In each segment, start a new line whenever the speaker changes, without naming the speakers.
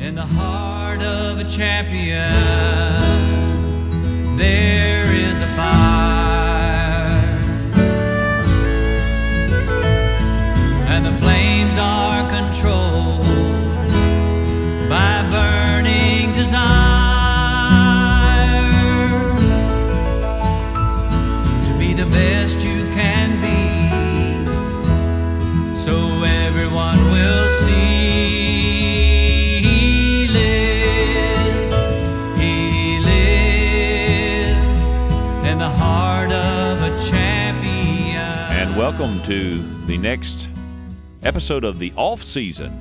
In the heart of a champion, there is a fire. And the flames are controlled by burning desire to be the best you can be so everyone will see he lives, he lives in the heart of a champion.
And welcome to the next episode of the off season,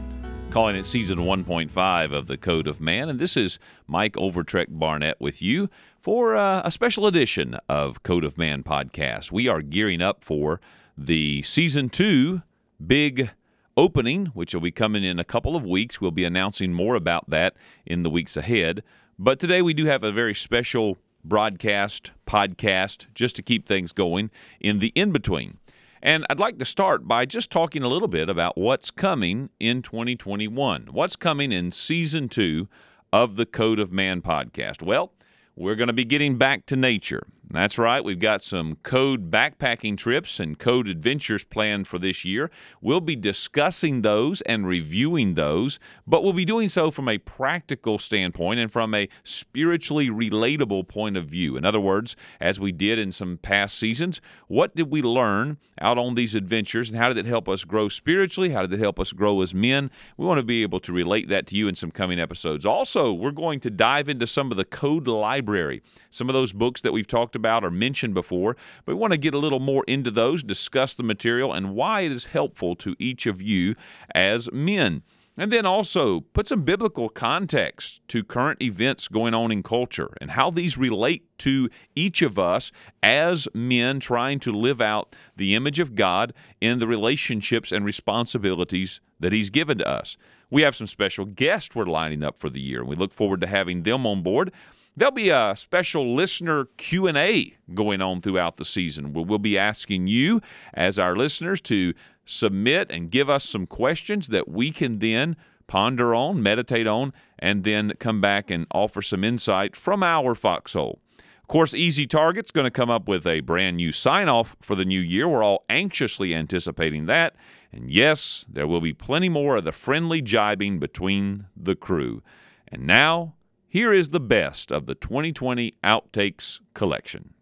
calling it season 1.5 of the Code of Man. And this is Mike Overtrek Barnett with you for uh, a special edition of Code of Man podcast. We are gearing up for the season two big opening, which will be coming in a couple of weeks. We'll be announcing more about that in the weeks ahead. But today we do have a very special broadcast, podcast, just to keep things going in the in between. And I'd like to start by just talking a little bit about what's coming in 2021. What's coming in season two of the Code of Man podcast? Well, we're going to be getting back to nature. That's right. We've got some code backpacking trips and code adventures planned for this year. We'll be discussing those and reviewing those, but we'll be doing so from a practical standpoint and from a spiritually relatable point of view. In other words, as we did in some past seasons, what did we learn out on these adventures and how did it help us grow spiritually? How did it help us grow as men? We want to be able to relate that to you in some coming episodes. Also, we're going to dive into some of the code library, some of those books that we've talked about or mentioned before. But we want to get a little more into those, discuss the material, and why it is helpful to each of you as men. And then also put some biblical context to current events going on in culture and how these relate to each of us as men trying to live out the image of God in the relationships and responsibilities that He's given to us. We have some special guests we're lining up for the year, and we look forward to having them on board. There'll be a special listener Q&A going on throughout the season where we'll be asking you as our listeners to submit and give us some questions that we can then ponder on, meditate on, and then come back and offer some insight from our foxhole. Of course, Easy Target's going to come up with a brand new sign off for the new year. We're all anxiously anticipating that. And yes, there will be plenty more of the friendly jibing between the crew. And now, here is the best of the 2020 Outtakes collection.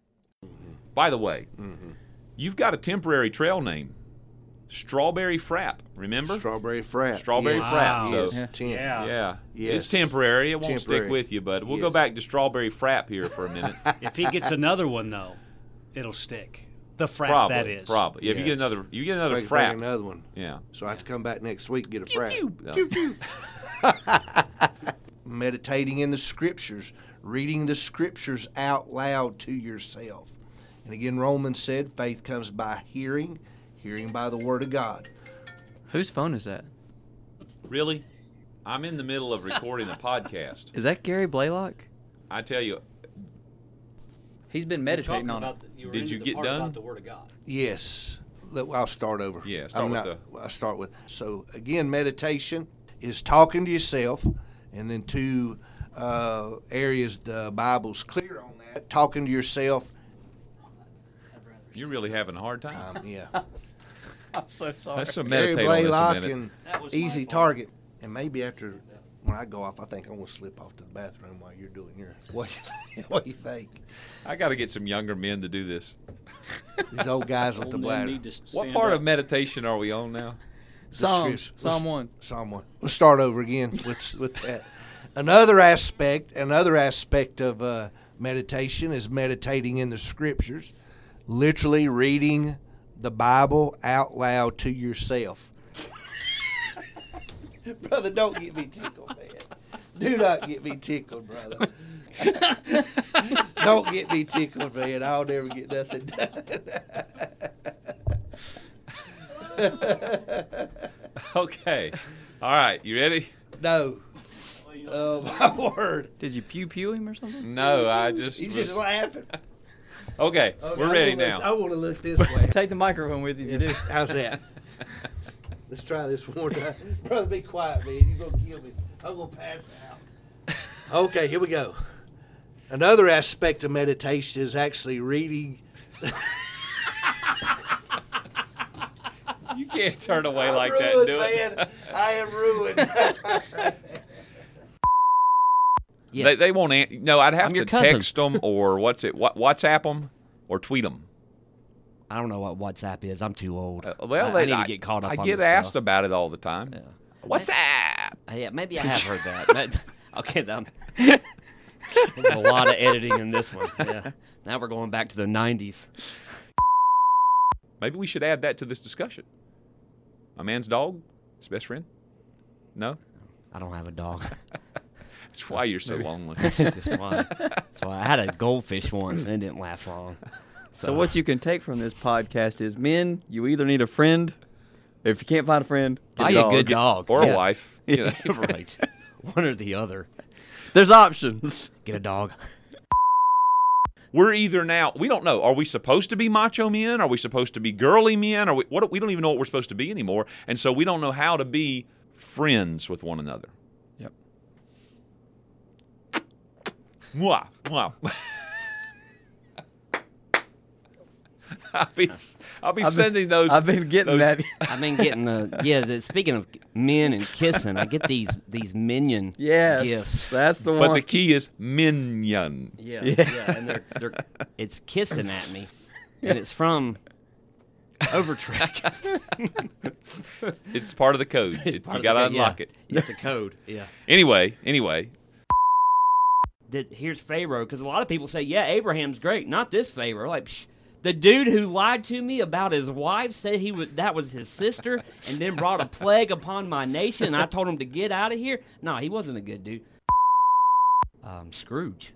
By the way,
Mm-hmm.
you've got a temporary trail name Strawberry Frap, remember?
Strawberry frat.
Strawberry
yes.
frap.
Yes.
So-
Ten.
Yeah.
Yeah. It's
Yes.
temporary. It won't stick
Temporary.
with you, but we'll go
Yes.
back to strawberry frap here for a minute.
If he gets another one though, it'll stick. The frat
probably.
that is.
Probably. If you get
Yes.
another you get
I
another
can find
frap.
another one.
Yeah.
So I have to come back next week and get a frat.
No.
Meditating in the scriptures, reading the scriptures out loud to yourself. And again, Romans said, faith comes by hearing, hearing by the word of God.
Whose phone is that?
Really? I'm in the middle of recording a podcast.
Is that Gary Blaylock?
I tell you,
He's been meditating on it.
you
were Did into you the get part about done? the
Word of God.
Yes. Look, I'll start over.
Yeah, start with
the... I start with. So again, meditation is talking to yourself, and then two uh, areas the Bible's clear on that: talking to yourself.
you're really having a hard time.
Um, yeah.
I'm so sorry.
Let's
Gary
meditate on this a
Blaylock
minute.
and
That was my
Easy
fault.
Target. And maybe after when I go off, I think I'm gonna slip off to the bathroom while you're doing your. What you think? What you think?
I got to get some younger men to do this.
These old guys with the bladder.
What part of meditation are we on now?
Psalm,
scriptures.
Psalm 1.
someone. We'll start over again with with that. Another aspect, another aspect of uh, meditation is meditating in the scriptures, literally reading the Bible out loud to yourself. brother, don't get me tickled, man. Do not get me tickled, brother. don't get me tickled, man. I'll never get nothing done.
Okay. All right. You ready?
No. Oh my word!
Did you pew pew him or something?
No, I just.
He's just laughing.
okay,
Okay,
We're
I Oh.
ready
wanna-
now.
I want to look this way.
Take the microphone with you.
Yes,
Yes.
How's that? Let's try this one more time, brother. Be quiet, man. You gonna kill me? I'm gonna pass out. Okay, here we go. Another aspect of meditation is actually reading.
You can't turn away like
I'm
that,
ruined,
do it.
man. I am ruined.
Yeah.
They, they won't. An- no, I'd have
I'm
to
your cousin.
text them or what's it? What, WhatsApp them or tweet them.
I don't know what WhatsApp is. I'm too old.
Uh, well,
I,
they,
I need to get caught up.
I
on
get
this
asked
stuff.
about it all the time. WhatsApp.
Uh, Yeah, maybe I have heard that. but- okay, that, there's a lot of editing in this one. Yeah. Now we're going back to the '90s.
Maybe we should add that to this discussion. My man's dog, his best friend. No,
I don't have a dog.
that's why you're so lonely.
That's just why. That's why I had a goldfish once, and it didn't last long.
So what you can take from this podcast is, men, you either need a friend. If you can't find a friend, get
Buy a good
dog.
dog
or
Yeah.
a wife. You know.
right? One or the other.
There's options.
Get a dog.
We're either now. We don't know. Are we supposed to be macho men? Are we supposed to be girly men? Are we? What? We don't even know what we're supposed to be anymore, and so we don't know how to be friends with one another.
Yep.
Mwah, mwah. I'll be, I'll be sending those.
I've been getting
those-
that.
I've been getting the yeah. The, speaking of men and kissing, I get these these minion
Yes,
gifts.
that's the
But
one.
the key is minion.
Yeah,
Yeah.
yeah, and they're, they're it's kissing at me, and it's from Overtrack.
It's part of the code. It-
Part
you
of
got to
the- yeah.
unlock it.
It's a code. Yeah.
Anyway, anyway,
That here's Pharaoh because a lot of people say, yeah, Abraham's great. Not this Pharaoh. Like psh, the dude who lied to me about his wife said he was that was his sister, and then brought a plague upon my nation. And I told him to get out of here. No, he wasn't a good dude. Um, Scrooge.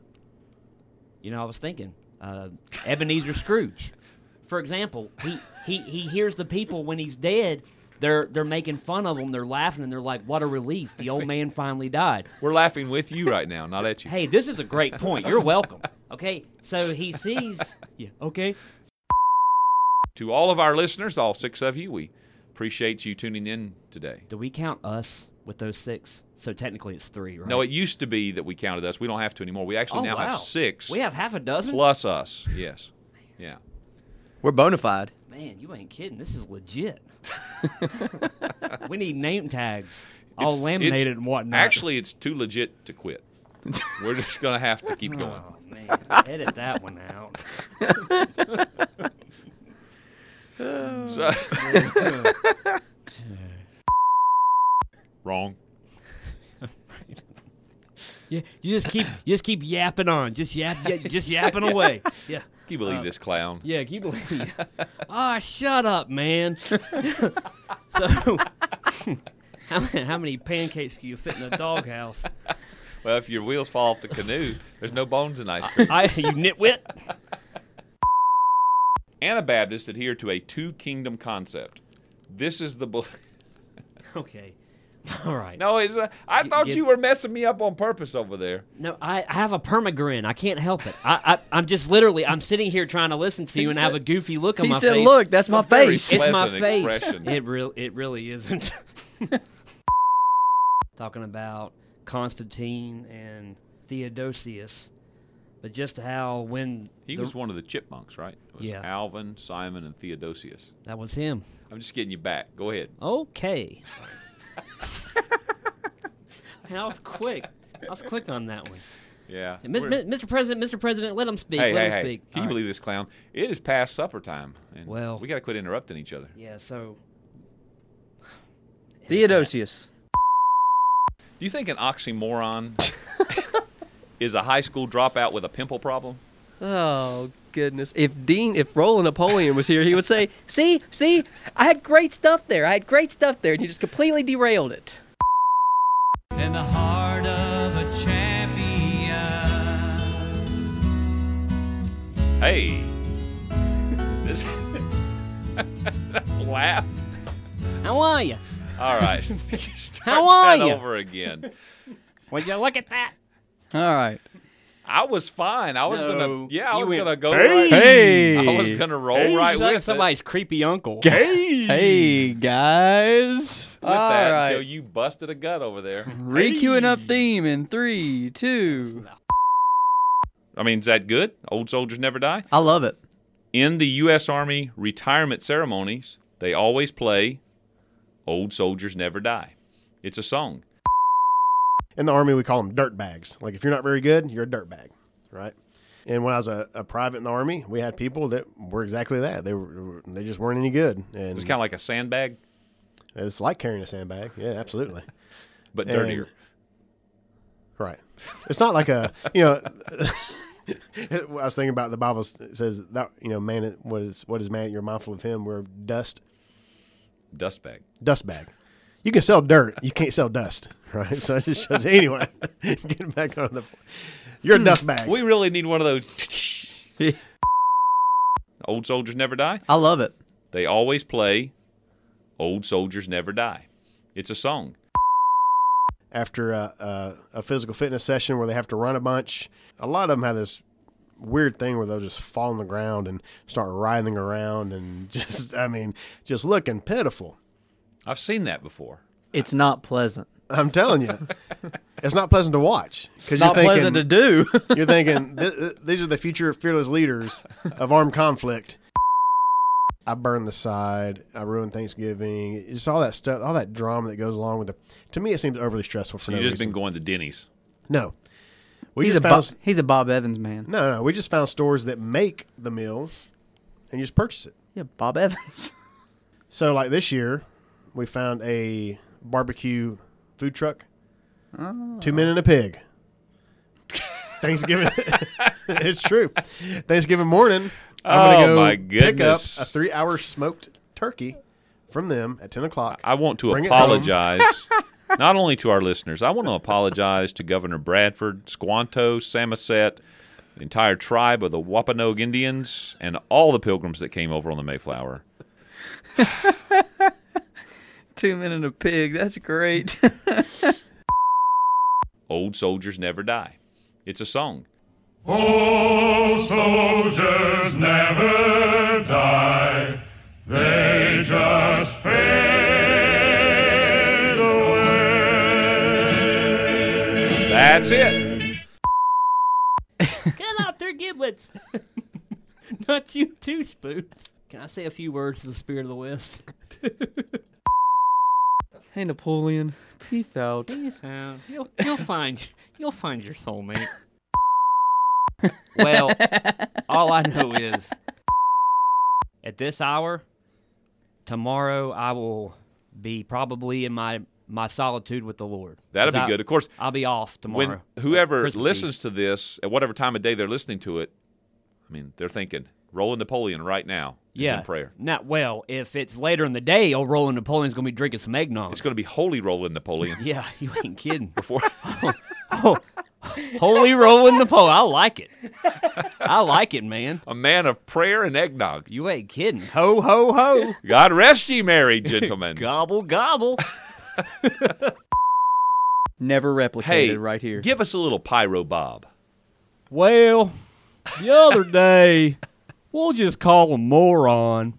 You know, I was thinking uh, Ebenezer Scrooge. For example, he, he, he hears the people when he's dead. They're they're making fun of him. They're laughing and they're like, "What a relief! The old man finally died."
we're laughing with you right now, not at you.
Hey, this is a great point. You're welcome. Okay, so he sees. oh, Yeah. Okay.
To all of our listeners, all six of you, we appreciate you tuning in today.
Do we count us with those six? So technically, it's three, right?
No, it used to be that we counted us. We don't have to anymore. We actually
Oh,
now
wow.
have six
We have half a dozen.
plus us. Yes. Yeah.
We're bona fide.
Man, you ain't kidding. This is legit. we need name tags, all
It's-
laminated
it's-
and whatnot.
Actually, it's too legit to quit. We're just going to have to keep going.
Oh man, edit that one out.
So- Wrong.
Yeah, you just keep, you just keep yapping on, just yap, yeah, just yapping away. Yeah.
Can you believe this clown?
Uh, Yeah, can you believe? Ah, shut up, man. so, how, many- how many pancakes do you fit in a doghouse?
Well, if your wheels fall off the canoe, there's no bones in ice cream.
I, you nitwit.
Anabaptists adhere to a two kingdom concept. This is the. Bel-
Okay, all right. No,
no, it's a, I thought
get-
you were messing me up on purpose over there.
I, I have a permagrin. I can't help it. I, I, I'm just literally, I'm sitting here trying to listen to you and have a goofy look on
He
my
said,
face.
"Look, that's my
very
face."
it's my
pleasant
face.
expression.
It real, it really isn't. Talking about Constantine and Theodosius, but just how when
He
the-
was one of the chipmunks, right? It was
Yeah.
Alvin, Simon, and Theodosius.
that was him.
I'm just getting you back. Go ahead.
Okay. Man, I was quick. I was quick on that one.
Yeah.
Hey, Mis-
we're-
Mi- Mr. President, Mr. President, let him speak.
hey,
let
hey,
him
hey.
speak.
Can you
All right.
believe this clown? It is past supper time. And
Well-
we got to quit interrupting each other.
Yeah. So
Theodosius.
Do you think an oxymoron is a high school dropout with a pimple problem?
Oh goodness! If Dean, if Roland Napoleon was here, he would say, "See, see, I had great stuff there. I had great stuff there, and you just completely derailed it."
and the heart of a champion.
Hey. This laugh.
how are you?
All right. Start
How are
that
ya?
over again.
Would you look at that?
All right.
I was fine. I was gonna
No,
yeah, I
you
was
went,
gonna go right.
Hey,
I was gonna roll right
He's
with
like
somebody.
somebody's creepy uncle.
Hey, hey guys.
With that until you busted a gut over there.
Requeuing up theme in three, two.
I mean, is that good? Old soldiers never die.
I love it.
In the U.S. Army retirement ceremonies, they always play "Old Soldiers Never Die." It's a song.
In the army, we call them dirt bags. Like if you're not very good, you're a dirt bag, right? And when I was a, a private in the army, we had people that were exactly that. They were they just weren't any good, and
It's kind of like a sandbag,
it's like carrying a sandbag. Yeah, absolutely.
but
And-
dirtier.
Right. It's not like a you know. I was thinking about the Bible says that you know man what is what is man you're mindful of him we're dust
Dust bag.
dust bag. You can sell dirt, you can't sell dust, right? So it just shows anyway. Getting back on the, you're a dust bag.
We really need one of those. Old soldiers never die.
I love it.
They always play "Old Soldiers Never Die." It's a song.
after a, a, a physical fitness session where they have to run a bunch. A lot of them have this weird thing where they'll just fall on the ground and start writhing around and just, I mean, just looking pitiful.
I've seen that before.
It's not pleasant.
I'm telling you, it's not pleasant to watch because
It's not pleasant to do.
you're thinking th- th- these are the future fearless leaders of armed conflict. I burned the side. I ruined Thanksgiving. Just all that stuff, all that drama that goes along with it. To me, it seems overly stressful for
You've
no
just
reason.
been going to Denny's.
no, we
he's, a
just
Bob,
found
he's a Bob Evans man.
No, no, we just found stores that make the meal, and you just purchase it.
Yeah, Bob Evans.
So, like this year, we found a barbecue food truck, two men and a pig. Thanksgiving, it's true. Thanksgiving morning, I'm
Oh,
gonna go
my
pick up
goodness.
a three-hour smoked turkey from them at ten o'clock.
I want to
Bring it home.
apologize not only to our listeners, I want to apologize to Governor Bradford, Squanto, Samoset, the entire tribe of the Wampanoag Indians, and all the pilgrims that came over on the Mayflower.
Two men and a pig. That's great.
Old soldiers never die. It's a song. Old soldiers never die. They just fade away. That's it.
Get out their giblets. Not you two spoons. Can I say a few words to the spirit of the West?
hey, Napoleon. Peace out.
Please, uh, you'll, you'll find you'll find your soulmate. well, all I know is at this hour tomorrow I will be probably in my my solitude with the Lord.
That'll
'Cause
be
I-
good. Of course,
I'll be off tomorrow.
when whoever
Christmas Eve.
listens to this at whatever time of day they're listening to it, I mean, they're thinking Roland Napoleon right now is in prayer.
Not well. If it's later in the day, old Roland Napoleon's gonna be drinking some eggnog.
It's going to be holy Roland Napoleon.
yeah, you ain't kidding.
Before
Holy Roland Napoleon, I like it. I like it, man.
a man of prayer and eggnog.
You ain't kidding. Ho ho ho.
God rest ye merry gentlemen.
Gobble gobble.
Never replicated
hey,
right here.
Give us a little pyro, Bob.
Well, the other day, we'll just call him moron.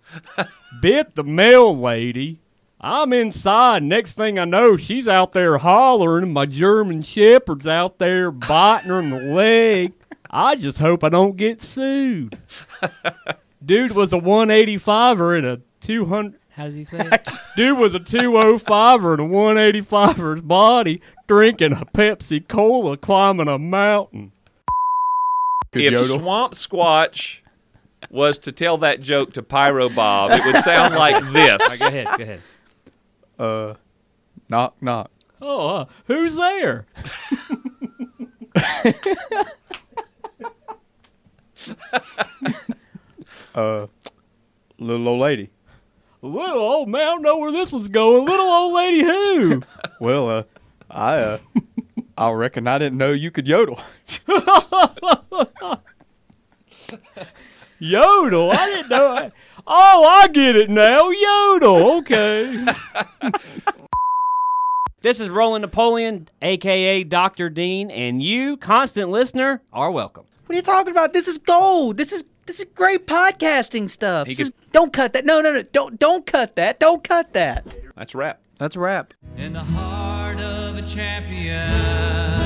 Bit the mail lady. I'm inside. Next thing I know, she's out there hollering. and My German shepherd's out there biting her in the leg. I just hope I don't get sued. Dude was a 185er and a 200. How does he say it? Dude was a 205er and a 185er's body drinking a Pepsi Cola climbing a mountain.
if Swamp Squatch was to tell that joke to Pyro Bob, it would sound like this.
Go ahead. Go ahead.
Uh, knock, knock.
Oh, uh, who's there?
Uh, little old lady.
Little old man, I don't know where this was going. Little old lady who?
Well, uh, I, uh, I reckon I didn't know you could yodel.
Yodel. I didn't know. I- oh, I get it now. Yodel. Okay. This is Roland Napoleon, aka Dr. Dean, and you, constant listener, are welcome.
What are you talking about? This is gold. This is this is great podcasting stuff.
He
This
could-
is- don't cut that. No, no, no. Don't don't cut that. Don't cut that.
That's a wrap.
That's a wrap.
in the heart of a champion.